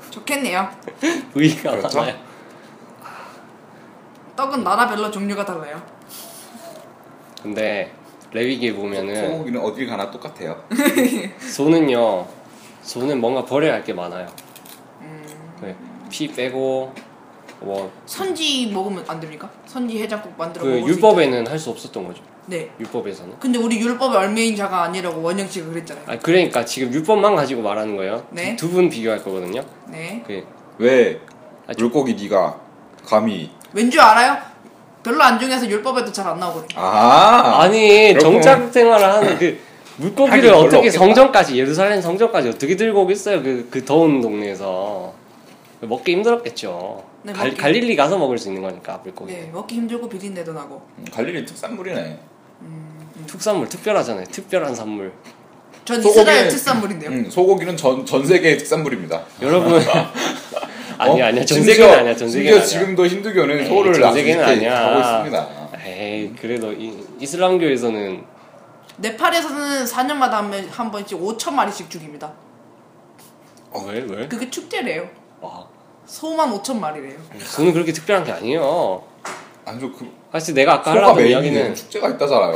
Speaker 3: 좋겠네요.
Speaker 1: 의의가
Speaker 2: 그렇죠?
Speaker 1: 많아요
Speaker 3: 떡은 나라별로 종류가 달라요.
Speaker 1: 근데 레위기에 보면은
Speaker 2: 소고기는 어딜 가나 똑같아요.
Speaker 1: 소는요 소는 뭔가 버려야 할 게 많아요.
Speaker 3: 음.
Speaker 1: 네, 피 빼고 뭐 그
Speaker 3: 선지 먹으면 안 됩니까? 선지 해장국 만들어 먹을
Speaker 1: 율법에는 할 수 없었던 거죠.
Speaker 3: 수 있죠. 네.
Speaker 1: 율법에서는.
Speaker 3: 근데 우리 율법의 얼매인 자가 아니라고 원영 씨가 그랬잖아요.
Speaker 1: 아 그러니까 지금 율법만 가지고 말하는 거예요.
Speaker 3: 네.
Speaker 1: 두 분 비교할 거거든요.
Speaker 3: 네.
Speaker 1: 그
Speaker 2: 왜
Speaker 1: 아, 저-
Speaker 2: 물고기 네가 감히
Speaker 3: 왠 줄 알아요? 별로 안 중요해서 율법에도 잘 안 나오거든요.
Speaker 2: 아
Speaker 1: 아니
Speaker 2: 그렇구나.
Speaker 1: 정착 생활을 하는
Speaker 2: (laughs)
Speaker 1: 그
Speaker 2: 하긴
Speaker 1: 물고기를
Speaker 2: 별로
Speaker 1: 어떻게
Speaker 2: 없겠다.
Speaker 1: 성전까지 예루살렘 성전까지 어떻게 들고 오겠어요 그, 그 더운 동네에서 먹기 힘들었겠죠
Speaker 3: 네,
Speaker 1: 갈,
Speaker 3: 먹기.
Speaker 1: 갈릴리 가서 먹을 수 있는 거니까 물고기
Speaker 3: 네, 먹기 힘들고 비린내도 나고.
Speaker 2: 음, 갈릴리 특산물이네.
Speaker 1: 특산물 특별하잖아요 특별한 산물
Speaker 3: 전
Speaker 2: 소고기는-
Speaker 3: 이스라엘 특산물인데요.
Speaker 2: 음, 소고기는 전, 전 세계의 특산물입니다. 어?
Speaker 1: 여러분 (laughs) 아니 야 아니야 전
Speaker 2: 심지어-
Speaker 1: 세계는 아니야 전 세계는
Speaker 2: 심지어
Speaker 1: 아니야
Speaker 2: 지금도 힌두교는
Speaker 1: 에이,
Speaker 2: 소를
Speaker 1: 전 세계는
Speaker 2: 아주 이렇게
Speaker 1: 아니야.
Speaker 2: 하고 있습니다.
Speaker 1: 에이 그래도 이, 이슬람교에서는
Speaker 3: 네팔에서는 4년마다 한, 번- 한 번씩 5천 마리씩 죽입니다.
Speaker 1: 아, 왜 왜?
Speaker 3: 그게 축제래요.
Speaker 1: 아,
Speaker 3: 소만 5천 마리래요.
Speaker 1: 저는 그렇게 특별한 게 아니에요
Speaker 2: 아주 그
Speaker 1: 사실 내가 아까
Speaker 2: 소가
Speaker 1: 하려던
Speaker 2: 메인인
Speaker 1: 이야기는
Speaker 2: 축제가 있다잖아요.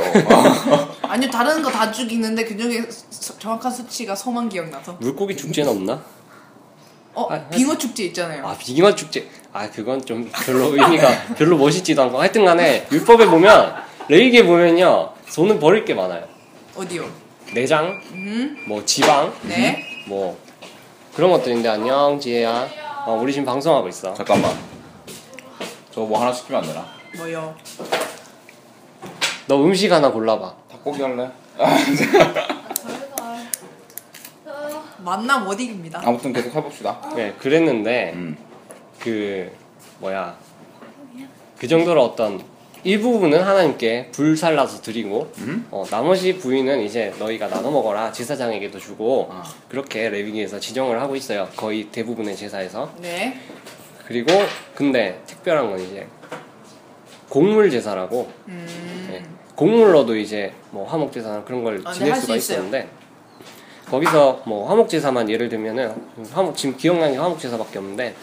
Speaker 3: 아니요, 다른 거 다 죽이는데 그 중에 수- 정확한 수치가 소만 기억나서.
Speaker 1: 물고기 축제는 없나?
Speaker 3: 어,
Speaker 1: 아,
Speaker 3: 빙어 축제 있잖아요.
Speaker 1: 아 비기만 축제 아 그건 좀 별로 의미가 별로 멋있지도 않고 하여튼간에 율법에 보면 레이기에 보면요 손은 버릴 게 많아요
Speaker 3: 어디요?
Speaker 1: 내장
Speaker 3: 음,
Speaker 1: 뭐 지방
Speaker 3: 네.
Speaker 1: 뭐 그런 것들인데 안녕 지혜야 어, 우리 지금 방송하고 있어
Speaker 2: 아, (laughs) 잠깐만. 저 뭐 하나 시키면 안 되나?
Speaker 1: 음?
Speaker 3: 뭐요?
Speaker 1: 너 음식 하나 골라봐
Speaker 2: 닭고기 할래?
Speaker 3: 만남 어디입니다.
Speaker 2: 아무튼 계속 해봅시다.
Speaker 1: 네 그랬는데
Speaker 2: 음.
Speaker 1: 그 뭐야 그 정도로 어떤 일부분은 하나님께 불살라서 드리고
Speaker 2: 음?
Speaker 1: 어, 나머지 부위는 이제 너희가 나눠 먹어라 제사장에게도 주고
Speaker 2: 아.
Speaker 1: 그렇게 레위기에서 지정을 하고 있어요 거의 대부분의 제사에서
Speaker 3: 네.
Speaker 1: 그리고 근데 특별한 건 이제 곡물 제사라고
Speaker 3: 음,
Speaker 1: 네. 곡물로도 이제 뭐 화목 제사나 그런 걸
Speaker 3: 아, 네,
Speaker 1: 지낼
Speaker 3: 할수
Speaker 1: 수가
Speaker 3: 있어요.
Speaker 1: 있었는데 거기서 뭐 화목 제사만 예를 들면은 화목 지금 기억나는 게 화목 제사밖에 없는데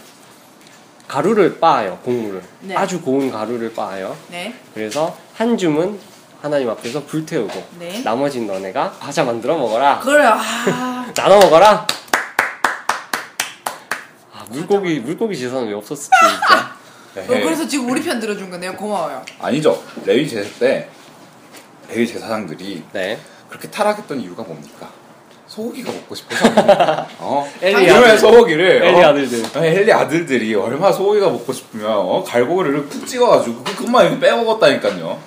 Speaker 1: 가루를 빻아요 곡물을
Speaker 3: 네.
Speaker 1: 아주 고운 가루를 빻아요
Speaker 3: 네.
Speaker 1: 그래서 한 줌은 하나님 앞에서 불태우고
Speaker 3: 네.
Speaker 1: 나머진 너네가 과자 만들어 먹어라
Speaker 3: 그래요. 아,
Speaker 1: (laughs) 나눠 먹어라 아, 물고기 물고기 제사는 왜 없었을지 진짜
Speaker 2: 네.
Speaker 3: 어, 그래서 지금 우리 편 들어준 거네요. 고마워요.
Speaker 2: 아니죠. 레위 제사 때 레위 제사장들이
Speaker 1: 네.
Speaker 2: 그렇게 타락했던 이유가 뭡니까? 소고기가 먹고 싶어서
Speaker 1: (laughs)
Speaker 2: 아닙니까? 어?
Speaker 1: 엘리
Speaker 2: 그러면
Speaker 1: 아들.
Speaker 2: 소고기를
Speaker 1: 엘리
Speaker 2: 어?
Speaker 1: 아들들.
Speaker 2: 아니, 엘리 아들들이 얼마나 소고기가 먹고 싶으면 어? 갈고기를 푹 찍어가지고 그- 그것만 이렇게 빼먹었다니까요.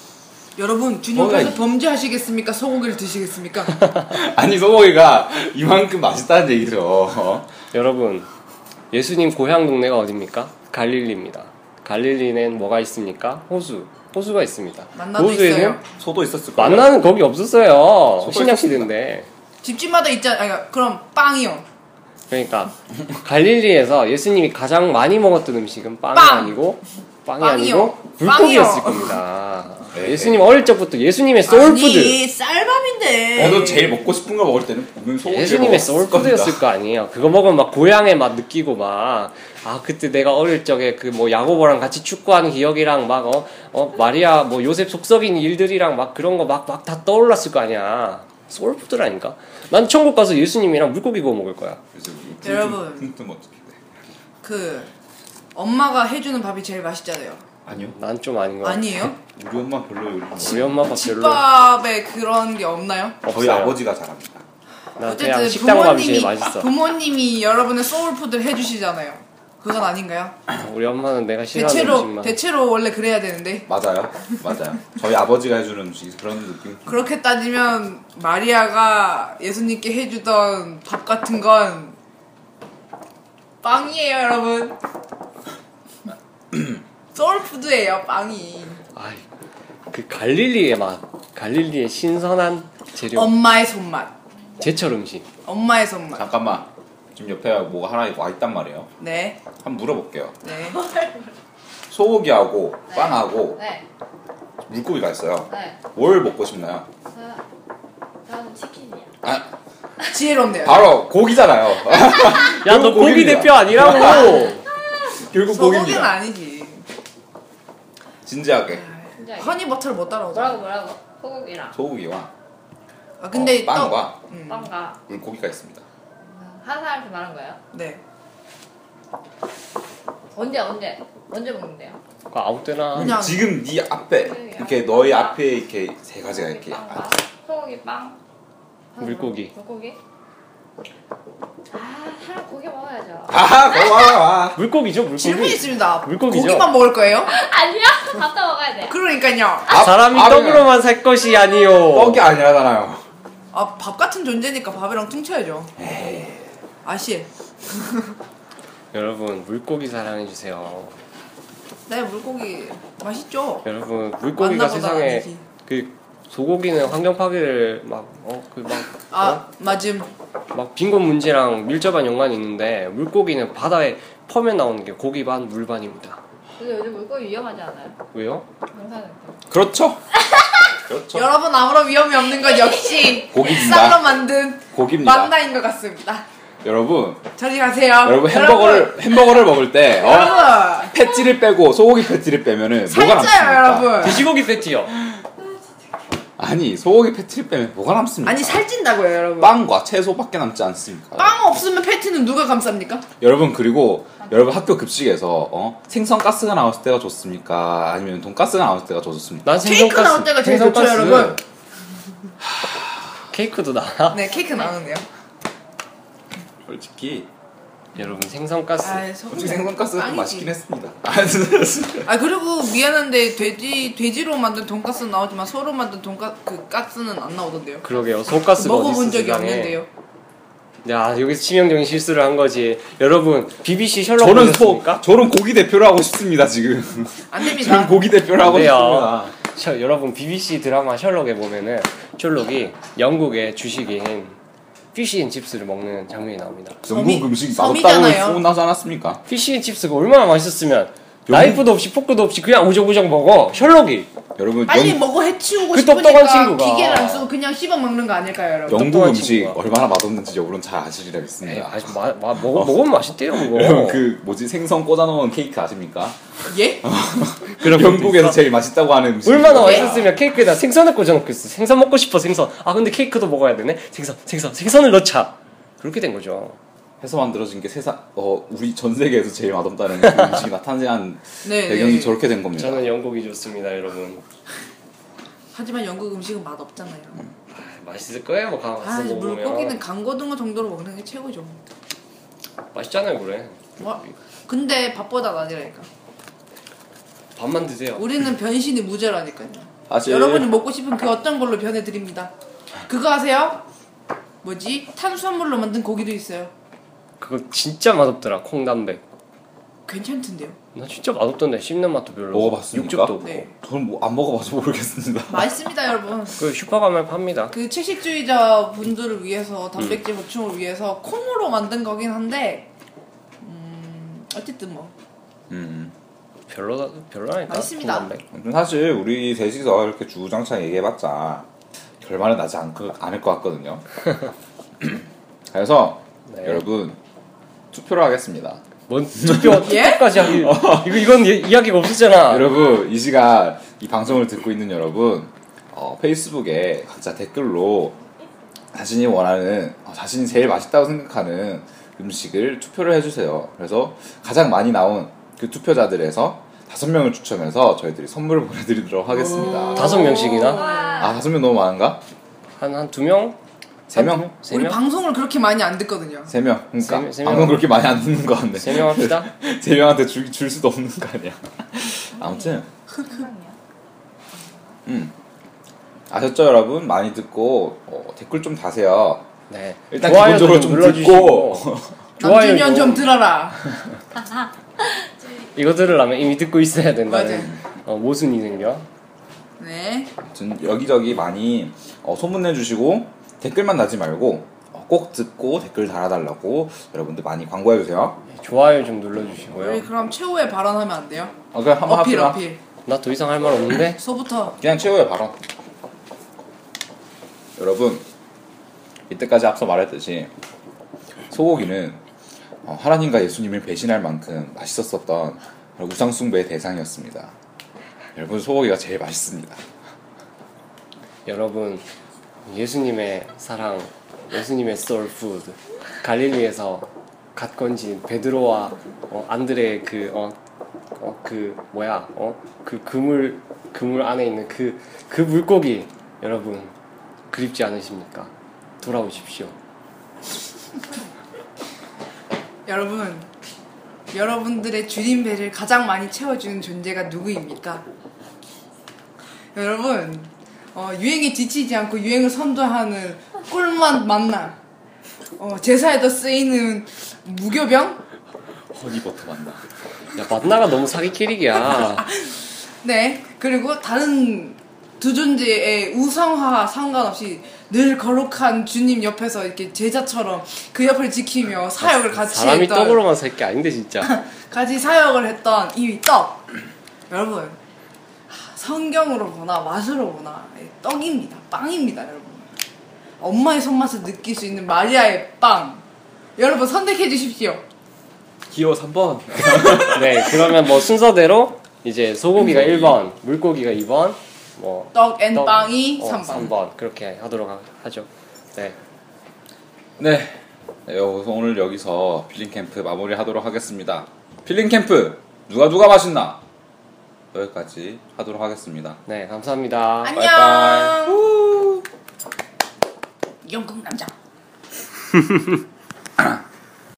Speaker 2: (laughs)
Speaker 3: 여러분, 주님께서
Speaker 2: 뭐가 이-
Speaker 3: 범죄하시겠습니까?
Speaker 1: (laughs)
Speaker 3: 소고기를 드시겠습니까?
Speaker 2: 아니 소고기가 이만큼 맛있다는 얘기죠. 어?
Speaker 1: 여러분, 예수님 고향 동네가 어디입니까? 갈릴리입니다. 갈릴리는 뭐가 있습니까? 호수. 호수가 있습니다.
Speaker 3: 만나도 있어요.
Speaker 2: 소도 있었을 거예요.
Speaker 1: 만나는 거기 없었어요.
Speaker 2: 소가
Speaker 1: 신약 시대인데.
Speaker 3: 집집마다 있잖아요. 아니, 그럼 빵이요. (laughs)
Speaker 1: 그러니까 갈릴리에서 예수님이 가장 많이 먹었던 음식은 빵이
Speaker 3: 빵!
Speaker 1: 아니고 빵이
Speaker 3: 빵이요.
Speaker 1: 아니고 불고기였을
Speaker 3: 빵이요.
Speaker 1: 겁니다.
Speaker 3: (laughs)
Speaker 2: 네.
Speaker 1: 예수님 어릴 적부터 예수님의 소울푸드.
Speaker 3: 아니, 쌀밥인데.
Speaker 2: 저도 제일 먹고 싶은 걸 먹을 때는 분명 소고기를
Speaker 1: 예수님의
Speaker 2: 먹었을 겁니다.
Speaker 1: 소울푸드였을 거 아니에요. 그거 먹으면 막 고향의 맛 느끼고 막, 아, 그때 내가 어릴 적에 그 뭐 야고보랑 같이 축구한 기억이랑 막, 어, 어, 마리아, 뭐 요셉 속썩인 일들이랑 막 그런 거 막, 막 다 떠올랐을 거 아니야. 소울푸드라니까? 난 천국 가서 예수님이랑 물고기 구워 먹을 거야.
Speaker 2: 그래서
Speaker 3: 여러분.
Speaker 2: 틈틈 어떻게 돼?
Speaker 3: 그 엄마가 해주는 밥이 제일 맛있잖아요.
Speaker 2: 아니요.
Speaker 1: 난 좀 아닌 거 같아. (laughs)
Speaker 3: 아니에요?
Speaker 2: 우리 엄마 별로 요리 못 해요.
Speaker 1: 우리 엄마가 별로
Speaker 3: 집밥에 그런 게 없나요?
Speaker 2: 저희
Speaker 1: 없어요.
Speaker 2: 아버지가 잘합니다.
Speaker 1: 난 그냥 식당 밥이 제일 맛있어.
Speaker 3: 아, 부모님이 여러분의 소울푸드를 해주시잖아요. 그건 아닌가요?
Speaker 1: 우리 엄마는 내가 싫어하는
Speaker 3: 대체로
Speaker 1: 음식만.
Speaker 3: 대체로 원래 그래야 되는데
Speaker 2: 맞아요, 맞아요. 저희 아버지가 해주는 음식 그런 느낌.
Speaker 3: 그렇게 따지면 마리아가 예수님께 해주던 밥 같은 건 빵이에요,
Speaker 2: (clears throat)
Speaker 3: 여러분. 소울푸드예요, 빵이.
Speaker 1: 아이, 그 갈릴리의 맛. 갈릴리의 신선한
Speaker 2: 네.
Speaker 1: 재료.
Speaker 3: 엄마의 손맛,
Speaker 1: 제철 음식.
Speaker 3: 엄마의 손맛.
Speaker 2: 잠깐만, 지금 옆에 뭐가 하나 와 있단 말이에요.
Speaker 3: 네,
Speaker 2: 한번 물어볼게요.
Speaker 3: 네.
Speaker 2: 소고기하고
Speaker 4: 네.
Speaker 2: 빵하고
Speaker 4: 네,
Speaker 2: 물고기가 있어요.
Speaker 4: 네.
Speaker 2: 뭘 먹고 싶나요?
Speaker 4: 저- 저는 치킨이요.
Speaker 2: 아,
Speaker 3: 지혜롭네요.
Speaker 2: 바로 고기잖아요. (laughs)
Speaker 1: 야, 너 고기
Speaker 2: 고기입니다.
Speaker 1: 대표 아니라고!
Speaker 2: 결국
Speaker 3: 소고기는
Speaker 2: 고기입니다.
Speaker 3: 아니지. 아,
Speaker 2: 진지하게.
Speaker 4: 진짜.
Speaker 3: 허니버터를 못 따라오죠.
Speaker 4: 뭐라고 뭐라고? 소고기랑
Speaker 2: 소고기와
Speaker 3: 아, 근데
Speaker 2: 어,
Speaker 3: 또
Speaker 2: 빵과
Speaker 3: 음,
Speaker 4: 빵과
Speaker 2: 물고기가 있습니다.
Speaker 4: 한 사람씩 말한 거예요?
Speaker 3: 네.
Speaker 4: 언제 언제 언제 먹는데요?
Speaker 1: 그거 아무 때나
Speaker 3: 그냥-
Speaker 2: 지금 네 앞에 이렇게 너희 앞에 이렇게 세 가지가
Speaker 4: 소고기
Speaker 2: 이렇게
Speaker 4: 빵과
Speaker 2: 아,
Speaker 4: 소고기 빵
Speaker 1: 물고기.
Speaker 4: 물고기 아 하나 고기 먹어야죠
Speaker 2: 아 고마워.
Speaker 1: 물고기죠 물고기.
Speaker 3: 질문 있습니다.
Speaker 1: 물고기죠?
Speaker 3: 고기만 먹을 거예요?
Speaker 4: 아니야 (laughs) 밥도 먹어야 돼
Speaker 3: 그러니까요.
Speaker 2: 아,
Speaker 1: 사람이
Speaker 2: 밥이야.
Speaker 1: 떡으로만 살 것이 아니요.
Speaker 2: 떡이 아니라잖아요.
Speaker 3: 아, 밥 같은 존재니까 밥이랑 퉁쳐야죠. 아실.
Speaker 1: 여러분 물고기 사랑해 주세요.
Speaker 3: 네, 물고기 맛있죠?
Speaker 1: 여러분 물고기가
Speaker 3: 만나보다
Speaker 1: 세상에
Speaker 3: 아니지.
Speaker 1: 그 소고기는 환경 파괴를 어,
Speaker 3: 아,
Speaker 1: 막어그막막빈곤
Speaker 3: 맞음.
Speaker 1: 문제랑 밀접한 연관이 있는데 물고기는 바다에 펌에 나오는 게 고기 반 물 반입니다.
Speaker 4: 근데 요즘 물고기 위험하지 않아요?
Speaker 1: 왜요?
Speaker 4: 농사는 또.
Speaker 3: (laughs)
Speaker 2: 그렇죠. 그렇죠.
Speaker 3: 여러분 아무런 위험이 없는 건 역시
Speaker 2: 고기입니다.
Speaker 3: 쌀로 만든
Speaker 2: 고기입니다.
Speaker 3: 만나인 것 같습니다.
Speaker 2: 여러분,
Speaker 3: 저리 가세요.
Speaker 2: 여러분 햄버거를 햄버거를 먹을 때 어,
Speaker 3: 여러분
Speaker 2: 패티를 빼고 소고기 패티를 빼면은 뭐가 남습니까?
Speaker 3: 살쪄요, 여러분.
Speaker 1: 돼지고기 패티요.
Speaker 2: 아니 소고기 패티를 빼면 뭐가 남습니까?
Speaker 3: 아니 살찐다고요, 여러분.
Speaker 2: 빵과 채소밖에 남지 않습니까?
Speaker 3: 빵 없으면 패티는 누가 감쌉니까?
Speaker 2: 여러분 그리고 여러분 학교 급식에서 어? 생선 가스가 나왔을 때가 좋습니까? 아니면 돈 가스가 나왔을 때가 더 좋습니까?
Speaker 1: 난
Speaker 3: 케이크 나올 때가
Speaker 1: 생선가스.
Speaker 3: 제일 좋죠, 여러분.
Speaker 1: 케이크도 나와.
Speaker 3: 네, 케이크 나오는데요.
Speaker 2: 솔직히
Speaker 1: 여러분 생선가스.
Speaker 3: 아, 소
Speaker 2: 솔직히 생선 가스가 좀
Speaker 3: 빵이지.
Speaker 2: 맛있긴 했습니다. (laughs)
Speaker 3: 아 그리고 미안한데 돼지 돼지로 만든 돈가스 는 나오지만 소로 만든 돈가 그 가스는 안 나오던데요.
Speaker 1: 그러게요. 소가스가
Speaker 3: 먹어본
Speaker 1: 어딨어,
Speaker 3: 적이
Speaker 1: 세상에.
Speaker 3: 없는데요.
Speaker 1: 야 여기서 치명적인 실수를 한 거지. 여러분 BBC 셜록
Speaker 2: 저는 소,
Speaker 1: 보셨습니까?
Speaker 2: 저는 고기 대표로 하고 싶습니다 지금.
Speaker 3: 안
Speaker 2: 저는
Speaker 3: 됩니다.
Speaker 2: 고기 대표로 하고
Speaker 1: 안
Speaker 2: 싶습니다.
Speaker 1: 돼요. 저, 여러분 BBC 드라마 셜록에 보면은 셜록이 영국의 주식인 피쉬앤 칩스를 먹는 장면이 나옵니다.
Speaker 2: 영국 음식이 맛없다고
Speaker 3: 섬이잖아요.
Speaker 2: 소문나지 않았습니까?
Speaker 1: 피쉬앤 칩스가 얼마나 맛있었으면 나이프도 없이 포크도 없이 그냥 우정우정 먹어 셜록이
Speaker 2: 여러분
Speaker 3: 빨리
Speaker 2: 영,
Speaker 3: 먹어 해치우고
Speaker 1: 그
Speaker 3: 싶으니까
Speaker 1: 똑똑한 친구가.
Speaker 3: 기계를 안 쓰고 그냥 씹어 먹는 거 아닐까요, 여러분?
Speaker 2: 영국
Speaker 1: 똑똑한
Speaker 2: 음식
Speaker 1: 친구가.
Speaker 2: 얼마나 맛없는지 여러분 잘 아시리라
Speaker 1: 에이,
Speaker 2: 믿습니다.
Speaker 1: 아주 마, 마, 먹어, 먹으면 맛있대요 그거
Speaker 2: (laughs) 여러분 그 뭐지 생선 꽂아놓은 케이크 아십니까?
Speaker 3: 예?
Speaker 1: 그런 것도
Speaker 2: 영국에서
Speaker 1: 있어?
Speaker 2: 제일 맛있다고 하는 음식.
Speaker 1: 얼마나 맛있었으면 케이크에다 생선을 꽂아놓겠어 생선 먹고 싶어 생선 아 근데 케이크도 먹어야 되네 생선 생선 생선을 넣자 그렇게 된 거죠
Speaker 2: 해서 만들어진 게 세상 어 우리 전 세계에서 제일 맛없다는 그 음식이 나타난
Speaker 3: 네.
Speaker 2: 배경이
Speaker 3: 네.
Speaker 2: 저렇게 된 겁니다.
Speaker 1: 저는 영국이 좋습니다 여러분
Speaker 3: 하지만 영국 음식은 맛 없잖아요.
Speaker 1: 맛있을 거예요 뭐 가만
Speaker 3: 아,
Speaker 1: 가서 먹으면
Speaker 3: 물고기는 강고등어 정도로 먹는 게 최고죠.
Speaker 1: 맛있잖아요 그래
Speaker 3: 뭐? 근데 밥보다 나니라니까.
Speaker 1: 밥만 드세요
Speaker 3: 우리는 변신이 무죄라니까요.
Speaker 2: 사실
Speaker 3: 여러분이 먹고 싶은 그 어떤 걸로 변해드립니다. 그거 아세요? 뭐지? 탄수화물로 만든 고기도 있어요.
Speaker 1: 그거 진짜 맛없더라 콩담백
Speaker 3: 괜찮던데요.
Speaker 1: 나 진짜 맛없던데 씹는 맛도 별로
Speaker 2: 먹어봤습니까?
Speaker 1: 육즙도 없고
Speaker 3: 네.
Speaker 2: 저는 뭐 안
Speaker 1: (laughs)
Speaker 2: 먹어봐서 모르겠습니다.
Speaker 3: 맛있습니다, 여러분.
Speaker 1: 그 슈퍼 가면 팝니다
Speaker 3: 그 채식주의자 분들을 위해서
Speaker 2: 음.
Speaker 3: 단백질 보충을 위해서 콩으로 만든 거긴 한데, 음, 어쨌든 뭐
Speaker 2: 음.
Speaker 1: 별로다 별로라니까
Speaker 3: 맛있습니다.
Speaker 1: 콩담백
Speaker 2: 아무튼 사실 우리 셋이서 이렇게 주구장창 얘기해봤자 결말은 나지 않, 않을 것
Speaker 1: (laughs)
Speaker 2: 같거든요. 그래서
Speaker 1: 네.
Speaker 2: 여러분 투표를 하겠습니다.
Speaker 1: 뭔 투표
Speaker 3: (laughs) 예?
Speaker 1: 투표까지 하기 이거 이건 이- 이야기가 없었잖아
Speaker 2: 어. (laughs) 여러분 이 시간 이 방송을 듣고 있는 여러분 어, 페이스북에 각자 댓글로 자신이 원하는 어, 자신이 제일 맛있다고 생각하는 음식을 투표를 해주세요. 그래서 가장 많이 나온 그 투표자들에서 다섯 명을 추첨해서 저희들이 선물을 (laughs) 보내드리도록 하겠습니다.
Speaker 1: 다섯 명씩이나
Speaker 2: 아 다섯 명 너무 많은가?
Speaker 1: 한 한 두명세
Speaker 2: 세 명?
Speaker 3: 우리
Speaker 1: 명?
Speaker 3: 방송을 그렇게 많이 안 듣거든요.
Speaker 2: 세 명.
Speaker 1: 세 명,
Speaker 2: 그러니까
Speaker 1: 세 명.
Speaker 2: 방금 그렇게 많이 안 듣는 것 같네.
Speaker 1: 세 명 합시다
Speaker 2: 세 명한테 줄, 줄 수도 없는 거 아니야. 아무튼
Speaker 4: 아,
Speaker 2: 음. 아셨죠 여러분? 많이 듣고 어, 댓글 좀 다세요.
Speaker 1: 네
Speaker 2: 일단
Speaker 1: 좋아요도
Speaker 2: 기본적으로 좀 (laughs)
Speaker 1: 눌러주시고.
Speaker 3: 남준현 좀 들어라.
Speaker 1: 이거 들으려면 이미 듣고 있어야 된다는
Speaker 3: 맞아요.
Speaker 1: 어, 모순이 생겨
Speaker 3: 네.
Speaker 2: 아무튼 여기저기 많이 어, 소문내주시고 댓글만 다지 말고 어, 꼭 듣고 댓글 달아달라고 여러분들 많이 광고해주세요.
Speaker 1: 좋아요 좀
Speaker 3: 우리
Speaker 1: 눌러주시고요
Speaker 3: 그럼 최후의 발언하면 안 돼요?
Speaker 2: 어, 그냥 한번
Speaker 3: 어필
Speaker 2: 합시다.
Speaker 3: 어필.
Speaker 1: 나 더 이상 할 말 없는데 (laughs)
Speaker 3: 소부터
Speaker 2: 그냥 최후의 발언. 여러분 이때까지 앞서 말했듯이 소고기는 어, 하나님과 예수님을 배신할 만큼 맛있었었던 그런 우상숭배의 대상이었습니다. 여러분 소고기가 제일 맛있습니다.
Speaker 1: 여러분 예수님의 사랑, 예수님의 소울푸드 갈릴리에서 갓 건진 베드로와 어, 안드레의 그 어, 어, 그 뭐야 어? 그 그물 그물 안에 있는 그 그 물고기 여러분 그립지 않으십니까? 돌아오십시오.
Speaker 3: 여러분, 여러분들의 주님 배를 가장 많이 채워주는 존재가 누구입니까? 여러분, 어, 유행에 지치지 않고 유행을 선도하는 꿀맛 만남, 어, 제사에도 쓰이는 무교병?
Speaker 2: 허니버터 만나.
Speaker 1: 야 만나가 너무 사기
Speaker 3: (laughs)
Speaker 1: 캐릭이야.
Speaker 3: 아, 네, 그리고 다른 두 존재의 우상화 상관없이 늘 거룩한 주님 옆에서 이렇게 제자처럼 그 옆을 지키며 사역을 같이
Speaker 1: 사람이
Speaker 3: 했던
Speaker 1: 떡으로만 살 게 아닌데 진짜.
Speaker 3: 같이 사역을 했던 이 떡 여러분 성경으로 보나 맛으로 보나 떡입니다 빵입니다 여러분 엄마의 손맛을 느낄 수 있는 마리아의 빵 여러분 선택해 주십시오
Speaker 2: 기호 3번.
Speaker 1: 네 그러면 뭐 순서대로 이제 소고기가 1번, 물고기가 2번, 뭐
Speaker 3: 떡 앤
Speaker 1: 떡,
Speaker 3: 빵이
Speaker 1: 어,
Speaker 3: 3번
Speaker 1: 3번 그렇게 하도록 하- 하죠. 네.
Speaker 2: 네. 네, 여- 오늘 여기서 필링 캠프 마무리하도록 하겠습니다. 필링 캠프 누가 누가 맛있나 여기까지 하도록 하겠습니다.
Speaker 1: 네, 감사합니다.
Speaker 2: 빠이빠이.
Speaker 3: 안녕 영국 남자